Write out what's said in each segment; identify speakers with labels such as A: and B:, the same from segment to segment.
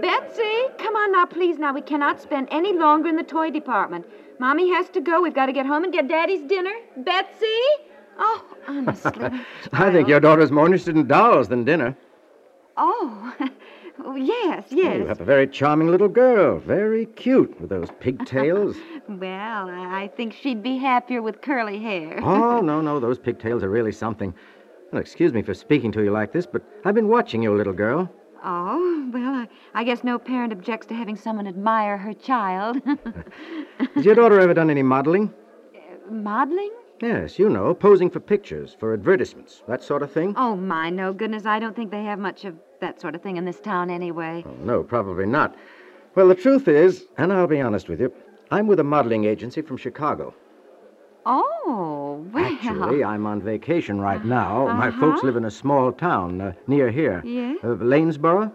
A: Betsy, come on now, please. Now, we cannot spend any longer in the toy department. Mommy has to go. We've got to get home and get Daddy's dinner. Betsy? Oh, honestly.
B: I think your daughter's more interested in dolls than dinner.
A: Oh, oh, yes, yes.
B: You have a very charming little girl, very cute with those pigtails.
A: Well, I I think she'd be happier with curly hair.
B: oh, no, no, those pigtails are really something. Well, excuse me for speaking to you like this, but I've been watching you, little girl.
A: Oh, well, I, I guess no parent objects to having someone admire her child.
B: Has your daughter ever done any modeling?
A: Modeling?
B: Yes, you know, posing for pictures, for advertisements, that sort of thing.
A: Oh, my, no goodness. I don't think they have much of that sort of thing in this town anyway.
B: No, probably not. Well, the truth is, and I'll be honest with you, I'm with a modeling agency from Chicago.
A: Oh, well.
B: Actually, I'm on vacation right now. My folks live in a small town uh, near here.
A: Yes?
B: Uh, Lanesboro?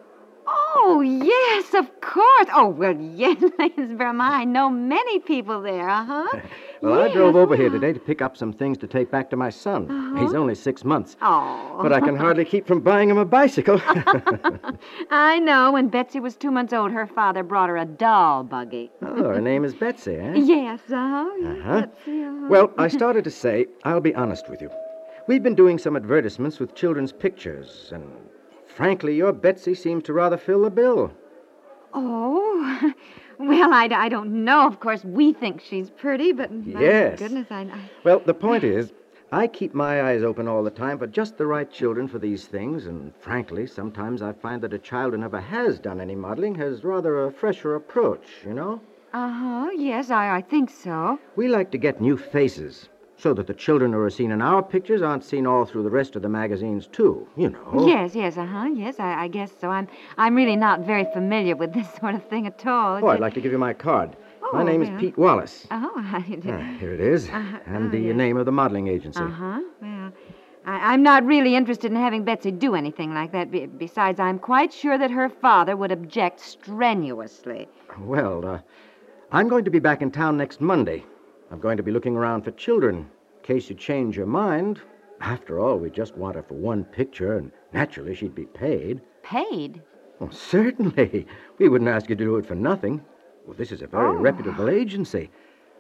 A: Oh, yes, of course. Oh, well, yes, Lanesboro. I know many people there, uh huh.
B: Well, I drove over here today to pick up some things to take back to my son. He's only six months.
A: Oh.
B: But I can hardly keep from buying him a bicycle.
A: I know. When Betsy was two months old, her father brought her a doll buggy.
B: oh, her name is Betsy, eh?
A: Yes, uh-huh. uh huh.
B: Huh? Uh-huh. Well, I started to say, I'll be honest with you. We've been doing some advertisements with children's pictures, and frankly, your Betsy seems to rather fill the bill.
A: Oh, well, I, d- I don't know. Of course, we think she's pretty, but my
B: Yes.
A: goodness, I, I.
B: Well, the point is, I keep my eyes open all the time for just the right children for these things, and frankly, sometimes I find that a child who never has done any modeling has rather a fresher approach, you know?
A: Uh huh. Yes, I, I think so.
B: We like to get new faces so that the children who are seen in our pictures aren't seen all through the rest of the magazines, too, you know?
A: Yes, yes, uh huh. Yes, I, I guess so. I'm I'm really not very familiar with this sort of thing at all.
B: Oh, I'd like to give you my card. my
A: Oh,
B: name
A: well.
B: is Pete Wallace.
A: Oh, I
B: Ah, here it is, and the name of the modeling agency.
A: Uh huh. Well, I, I'm not really interested in having Betsy do anything like that. Be, besides, I'm quite sure that her father would object strenuously.
B: Well, uh, I'm going to be back in town next Monday. I'm going to be looking around for children in case you change your mind. After all, we just want her for one picture, and naturally she'd be paid.
A: Paid?
B: Well, certainly. We wouldn't ask you to do it for nothing. Well, this is a very reputable agency.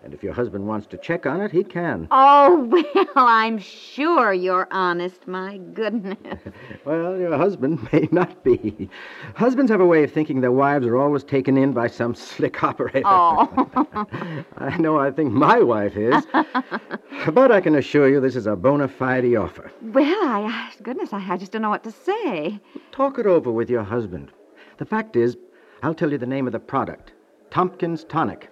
B: And if your husband wants to check on it, he can.
A: Oh, well, I'm sure you're honest. My goodness.
B: Well, your husband may not be. Husbands have a way of thinking their wives are always taken in by some slick operator.
A: Oh.
B: I know I think my wife is. but I can assure you this is a bona fide offer.
A: well, I. Goodness, I, I just don't know what to say.
B: Talk it over with your husband. The fact is, I'll tell you the name of the product Tompkins Tonic.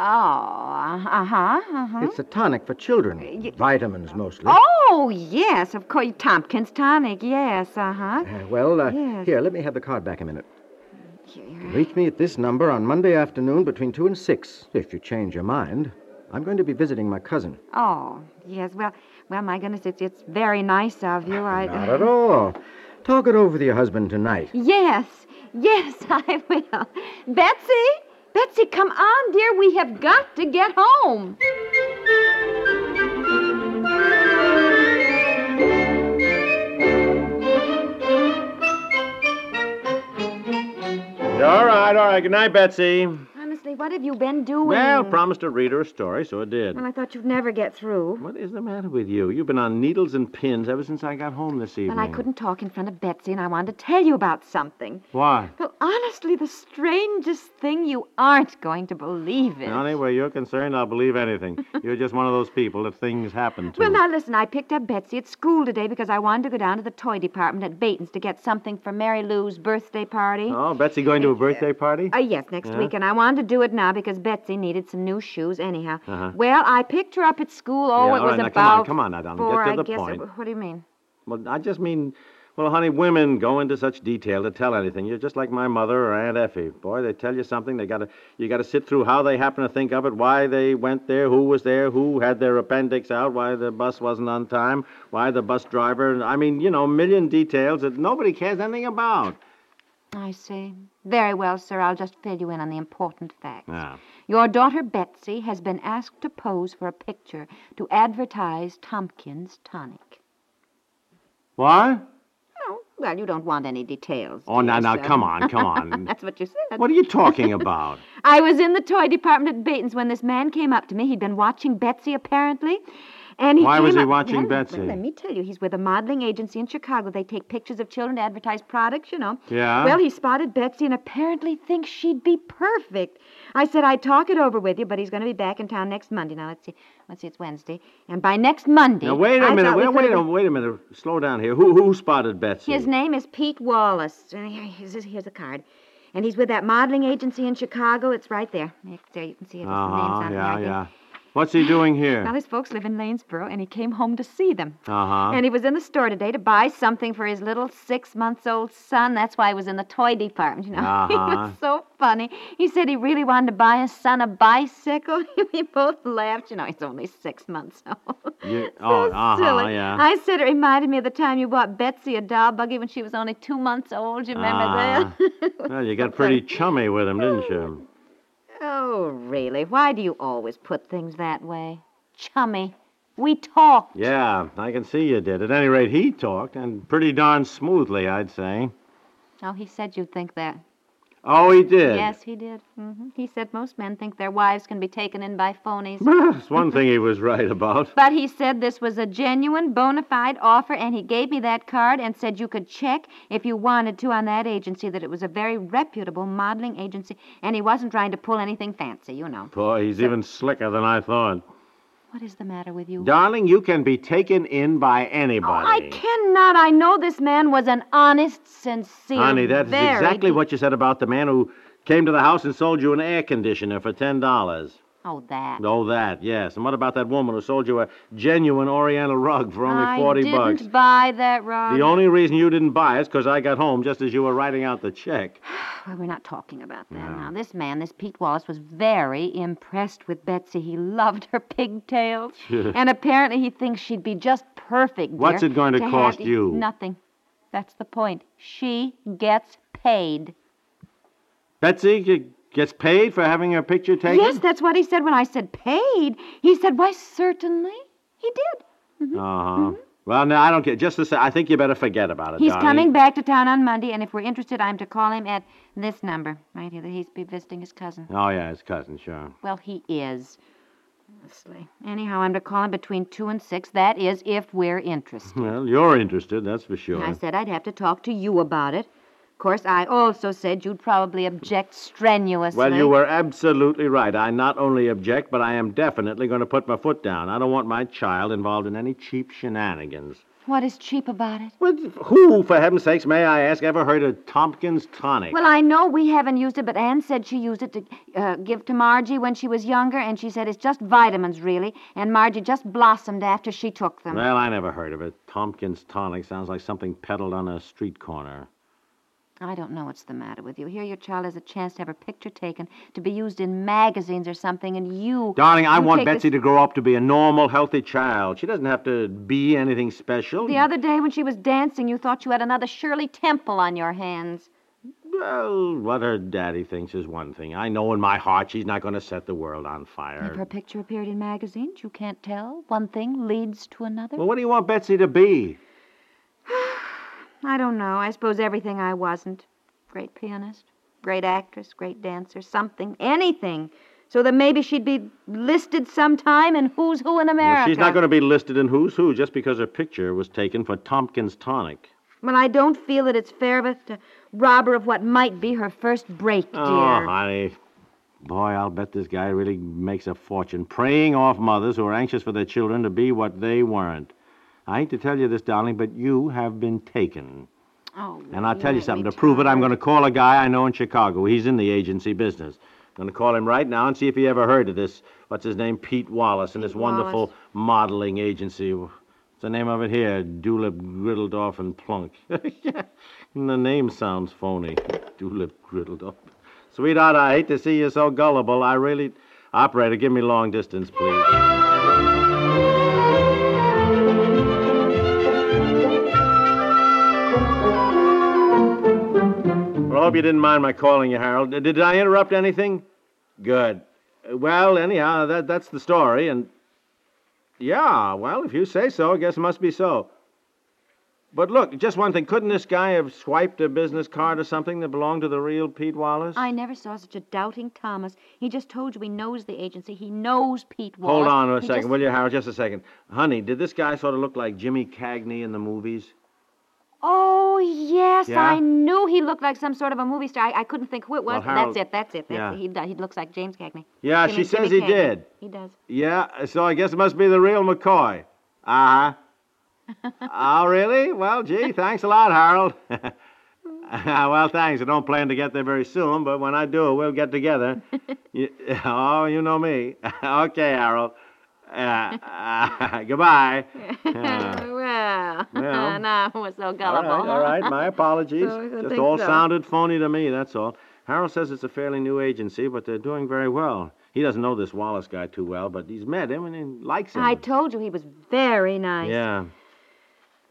A: Oh, uh huh, uh huh.
B: It's a tonic for children, vitamins mostly.
A: Oh, yes, of course. Tompkins tonic, yes, uh huh.
B: Uh, well, uh,
A: Yes.
B: here, let me have the card back a minute. Reach me at this number on Monday afternoon between 2 and 6, if you change your mind. I'm going to be visiting my cousin.
A: Oh, yes. Well, well, my goodness, it's it's very nice of you. I
B: Not at all. Talk it over with your husband tonight.
A: Yes, yes, I will. Betsy, Betsy, come on, dear. We have got to get home.
C: All right, all right. Good night, Betsy.
A: Honestly, what have you been doing?
C: Well, promised to read her a story, so it did.
A: Well, I thought you'd never get through.
C: What is the matter with you? You've been on needles and pins ever since I got home this evening.
A: Well, I couldn't talk in front of Betsy, and I wanted to tell you about something.
C: Why?
A: Well, honestly, the strangest thing you aren't going to believe it.
C: Johnny, where you're concerned, I'll believe anything. You're just one of those people that things happen to.
A: Well, now listen, I picked up Betsy at school today because I wanted to go down to the toy department at Baton's to get something for Mary Lou's birthday party.
C: Oh, Betsy going to a birthday party?
A: Uh, yes, next
C: Yeah?
A: week, and I wanted to do it now because Betsy needed some new shoes. Anyhow, well, I picked her up at school. Oh,
C: Yeah,
A: it
C: all
A: was
C: right, now,
A: about
C: come on, come on now, Donald, get
A: four,
C: to
A: I
C: the
A: guess.
C: point.
A: What do you mean?
C: Well, I just mean
B: Well, honey, women go into such detail to tell anything. You're just like my mother or Aunt Effie. Boy, they tell you something. They gotta you gotta sit through how they happen to think of it, why they went there, who was there, who had their appendix out, why the bus wasn't on time, why the bus driver I mean, you know, a million details that nobody cares anything about.
A: I see. Very well, sir. I'll just fill you in on the important facts.
B: Ah.
A: Your daughter Betsy has been asked to pose for a picture to advertise Tompkins Tonic.
B: Why?
A: Oh, well, you don't want any details.
B: Oh, now,
A: dear
B: now,
A: sir.
B: come on, come on.
A: That's what you said.
B: What are you talking about?
A: I was in the toy department at Baton's when this man came up to me. He'd been watching Betsy, apparently. And he
B: Why was
A: came
B: he
A: up-
B: watching
A: Well,
B: Betsy?
A: Well, let me tell you, he's with a modeling agency in Chicago. They take pictures of children to advertise products, you know.
B: Yeah?
A: Well, he spotted Betsy and apparently thinks she'd be perfect. I said I'd talk it over with you, but he's going to be back in town next Monday. Now let's see, let's see, it's Wednesday, and by next Monday.
B: Now wait
A: I
B: a minute,
A: thought we
B: wait,
A: could
B: wait
A: have-
B: a wait a minute. Slow down here. Who who spotted Betsy?
A: His name is Pete Wallace. Uh, here- Here's, his- here's a card. And he's with that modeling agency in Chicago. It's right there. There, you can see it. It's the name's
B: Uh-huh,
A: on there.
B: yeah,
A: I think.
B: yeah. What's he doing
A: Well,
B: here?
A: his folks live in Lanesboro, and he came home to see them.
B: Uh-huh.
A: And he was in the store today to buy something for his little six months old son. That's why he was in the toy department, you know. he
B: Uh-huh.
A: was so funny. He said he really wanted to buy his son a bicycle. we both laughed. You know, he's only six months old.
B: You-
A: So
B: oh, uh-huh,
A: silly.
B: yeah.
A: I said it reminded me of the time you bought Betsy a doll buggy when she was only two months old. You remember
B: Uh-huh.
A: that?
B: Well, you got pretty chummy with him, didn't you?
A: oh, really? Why do you always put things that way? Chummy. We talk.
B: Yeah, I can see you did. At any rate, he talked, and pretty darn smoothly, I'd say.
A: Oh, he said you'd think that.
B: Oh, he did.
A: Yes, he did. hmm He said most men think their wives can be taken in by phonies.
B: That's one thing he was right about.
A: But he said this was a genuine, bona fide offer, and he gave me that card and said you could check if you wanted to on that agency that it was a very reputable modeling agency, and he wasn't trying to pull anything fancy, you know.
B: Boy, he's even slicker than I thought.
A: What is the matter with you?
B: Darling, you can be taken in by
A: Oh,
B: anybody.
A: I cannot. I know this man was an honest, sincere.
B: Honey, that is
A: very
B: exactly
A: de-
B: what you said about the man who came to the house and sold you an air conditioner for ten dollars.
A: Oh, that.
B: Oh, that yes. And what about that woman who sold you a genuine Oriental rug for only forty
A: I didn't
B: bucks?
A: buy that, Rob.
B: The only reason you didn't buy it is because I got home just as you were writing out the check.
A: Well, we're not talking about that now. This man, this Pete Wallace, was very impressed with Betsy. He loved her pigtails. and apparently he thinks she'd be just perfect. dear,
B: What's it going to
A: have
B: cost
A: e-
B: you?
A: Nothing. That's the point. She gets paid.
B: Betsy g- gets paid for having her picture taken.
A: Yes, that's what he said when I said paid. He said, Why, certainly. He did.
B: Uh huh. Well, no, I don't get. Just the sa- I think you better forget about it.
A: Mm-hmm. He's
B: darling.
A: coming back to town on Monday, and if we're interested, I'm to call him at this number right here. He's be visiting his cousin.
B: Oh yeah, his cousin, sure.
A: Well, he is. Honestly. Anyhow, I'm to call him between two and six. That is, if we're interested.
B: Well, you're interested, that's for sure.
A: I said I'd have to talk to you about it. Of course, I also said you'd probably object strenuously.
B: Well, you were absolutely right. I not only object, but I am definitely going to put my foot down. I don't want my child involved in any cheap shenanigans.
A: What is cheap about it?
B: Well, who, for heaven's sakes, may I ask, ever heard of Tompkins tonic?
A: Well, I know we haven't used it, but Anne said she used it to uh, give to Margie when she was younger, and she said it's just vitamins, really, and Margie just blossomed after she took them.
B: Well, I never heard of it. Tompkins tonic sounds like something peddled on a street corner.
A: I don't know what's the matter with you. Here, your child has a chance to have her picture taken, to be used in magazines or something, and you.
B: Darling, I
A: you
B: want
A: take this-
B: Betsy to grow up to be a normal, healthy child. She doesn't have to be anything special.
A: The other day when she was dancing, you thought you had another Shirley Temple on your hands.
B: Well, what her daddy thinks is one thing. I know in my heart she's not going to set the world on fire.
A: If her picture appeared in magazines, you can't tell. One thing leads to another.
B: Well, what do you want Betsy to be?
A: I don't know. I suppose everything I wasn't. Great pianist, great actress, great dancer, something, anything. So that maybe she'd be listed sometime in Who's Who in America.
B: Well, she's not going to be listed in Who's Who just because her picture was taken for Tompkins Tonic.
A: Well, I don't feel that it's fair of us to rob her of what might be her first break, dear.
B: Oh, honey. Boy, I'll bet this guy really makes a fortune preying off mothers who are anxious for their children to be what they weren't. I hate to tell you this, darling, but you have been taken.
A: Oh,
B: And I'll
A: you
B: tell you
A: make
B: something.
A: me
B: To prove it,
A: tired.
B: I'm going to call a guy I know in Chicago. He's in the agency business. I'm going to call him right now and see if he ever heard of this, what's his name, Pete Wallace, and this
A: Wallace.
B: wonderful modeling agency. It's the name of it here Dulip Griddledorf and Plunk. and the name sounds phony. Dulip Griddledorf. Sweetheart, I hate to see you so gullible. I really. Operator, give me long distance, please. Well, I hope you didn't mind my calling you, Harold. Uh, Did I interrupt anything? Good. Uh, Well, anyhow, that, that's the story, and. Yeah, well, if you say so, I guess it must be so. But look, just one thing. Couldn't this guy have swiped a business card or something that belonged to the real Pete Wallace?
A: I never saw such a doubting Thomas. He just told you he knows the agency. He knows Pete Wallace.
B: Hold on a
A: He
B: second,
A: just-
B: will you, Harold? Just a second. Honey, did this guy sort of look like Jimmy Cagney in the movies?
A: Oh, yes,
B: Yeah?
A: I knew he looked like some sort of a movie star. I, I couldn't think who it was.
B: Well,
A: but
B: Harold-
A: that's it, that's it. That's
B: Yeah.
A: it. He, do- he looks like James Cagney.
B: Yeah,
A: Jimmy-
B: she says
A: Jimmy
B: he
A: Cagney.
B: did.
A: He does.
B: Yeah, so I guess it must be the real McCoy. Uh huh. oh, really? Well, gee, thanks a lot, Harold. well, thanks. I don't plan to get there very soon, but when I do, we'll get together. You- oh, you know me. okay, Harold. Uh, uh, goodbye. Uh,
A: well,
B: Well.
A: now we're so gullible.
B: All right,
A: huh?
B: all right. My apologies.
A: So I
B: Just
A: think
B: all
A: so.
B: sounded phony to me, that's all. Harold says it's a fairly new agency, but they're doing very well. He doesn't know this Wallace guy too well, but he's met him and he likes him.
A: I told you he was very nice.
B: Yeah.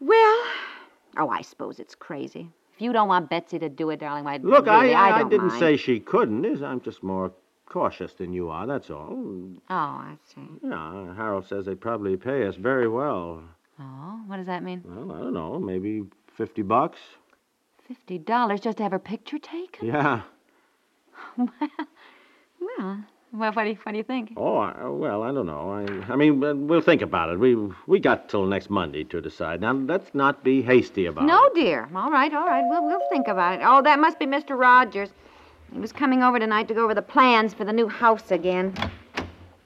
A: Well, oh, I suppose it's crazy. If you don't want Betsy to do it, darling, why?
B: Look,
A: really,
B: I, I,
A: don't
B: didn't
A: mind.
B: say she couldn't. is- I'm just more cautious than you are, that's all.
A: Oh, I see.
B: Yeah, Harold says they probably pay us very well.
A: Oh, what does that mean?
B: Well, I don't know, maybe 50 bucks?
A: Fifty dollars just to have her picture taken?
B: Yeah.
A: Well, well, what do you, what do you think?
B: Oh, I, well, I don't know. I, I mean, uh, we'll think about it. We we got till next Monday to decide. Now, let's not be hasty about
A: No,
B: it.
A: dear. All right, all right. We'll, we'll think about it. Oh, that must be Mr. Rogers. He was coming over tonight to go over the plans for the new house again.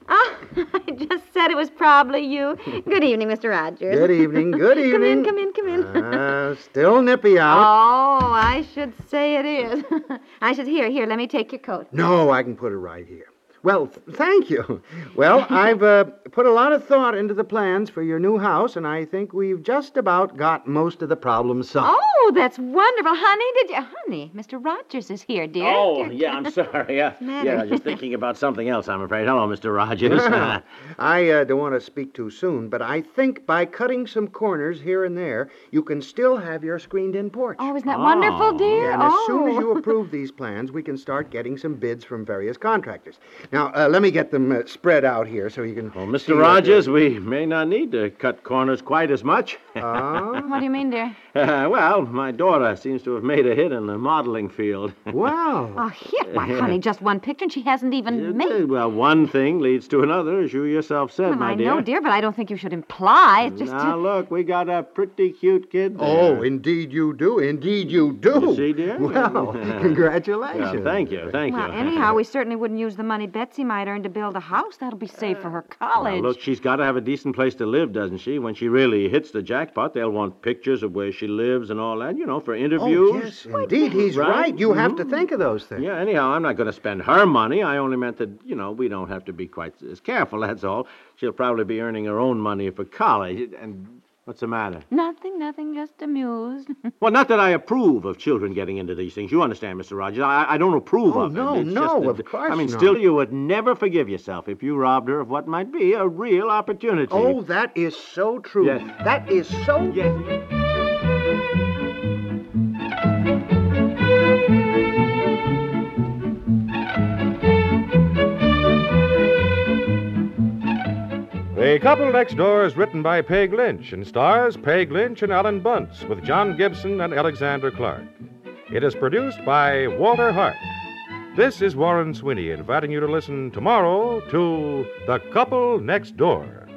A: Oh, I just said it was probably you. Good evening, Mr. Rogers.
C: Good evening, good
A: come in,
C: evening.
A: come in, come in.
C: Uh, still nippy out.
A: Oh, I should say it is. I should here, here. Let me take your coat.
C: No, I can put it right here. Well, th- thank you. Well, I've uh, put a lot of thought into the plans for your new house, and I think we've just about got most of the problem solved.
A: Oh, that's wonderful, honey. Did you, honey? Mr. Rogers is here, dear.
B: Oh,
A: Dear-
B: yeah, I'm sorry. Yeah,
A: matter?
B: yeah, I was just thinking about something else, I'm afraid. Hello, Mr. Rogers.
C: I uh, don't want to speak too soon, but I think by cutting some corners here and there, you can still have your screened in porch.
A: Oh, isn't that
B: Oh.
A: wonderful, dear?
C: And
A: oh.
C: as soon as you approve these plans, we can start getting some bids from various contractors. Now, uh, let me get them uh, spread out here so you can.
B: well,
C: see what
B: Mr. Oh, Rogers, we may not need to cut corners quite as much.
C: you're- Ah,
A: What do you mean, dear?
B: well, my daughter seems to have made a hit in the modeling field.
C: wow.
A: Oh, here, why, honey, just one picture, and she hasn't even made.
B: Uh, well, one thing leads to another, as you yourself said,
A: Well,
B: my
A: I
B: dear.
A: know, dear, but I don't think you should imply. It's just.
B: Now, look, we got a pretty cute kid. There.
C: Oh, indeed you do. Indeed you do.
B: You see, dear?
C: Well, congratulations.
B: Yeah, thank you, thank
A: well,
B: you.
A: anyhow, we certainly wouldn't use the money Betsy might earn to build a house. That'll be saved for her
B: Now,
A: college.
B: look, she's got to have a decent place to live, doesn't she? When she really hits the jackpot, they'll want pictures of where she lives and all that, you know, for interviews.
C: Oh, yes, indeed, he's
B: Right? Mm-hmm.
C: right. You have to think of those things.
B: Yeah, anyhow, I'm not going to spend her money. I only meant that, you know, we don't have to be quite as careful, that's all. She'll probably be earning her own money for college. And what's the matter?
A: Nothing, nothing, just amused.
B: Well, not that I approve of children getting into these things. You understand, Mr. Rogers. I, I don't approve
C: Oh,
B: of
C: no,
B: it. It's
C: no,
B: just that-
C: of course
B: I mean,
C: not.
B: still, you would never forgive yourself if you robbed her of what might be a real opportunity.
C: Oh, that is so true.
B: Yes.
C: That is so
B: yes.
D: The Couple Next Door is written by Peg Lynch and stars Peg Lynch and Alan Bunce with John Gibson and Alexander Clark. It is produced by Walter Hart. This is Warren Sweeney inviting you to listen tomorrow to The Couple Next Door.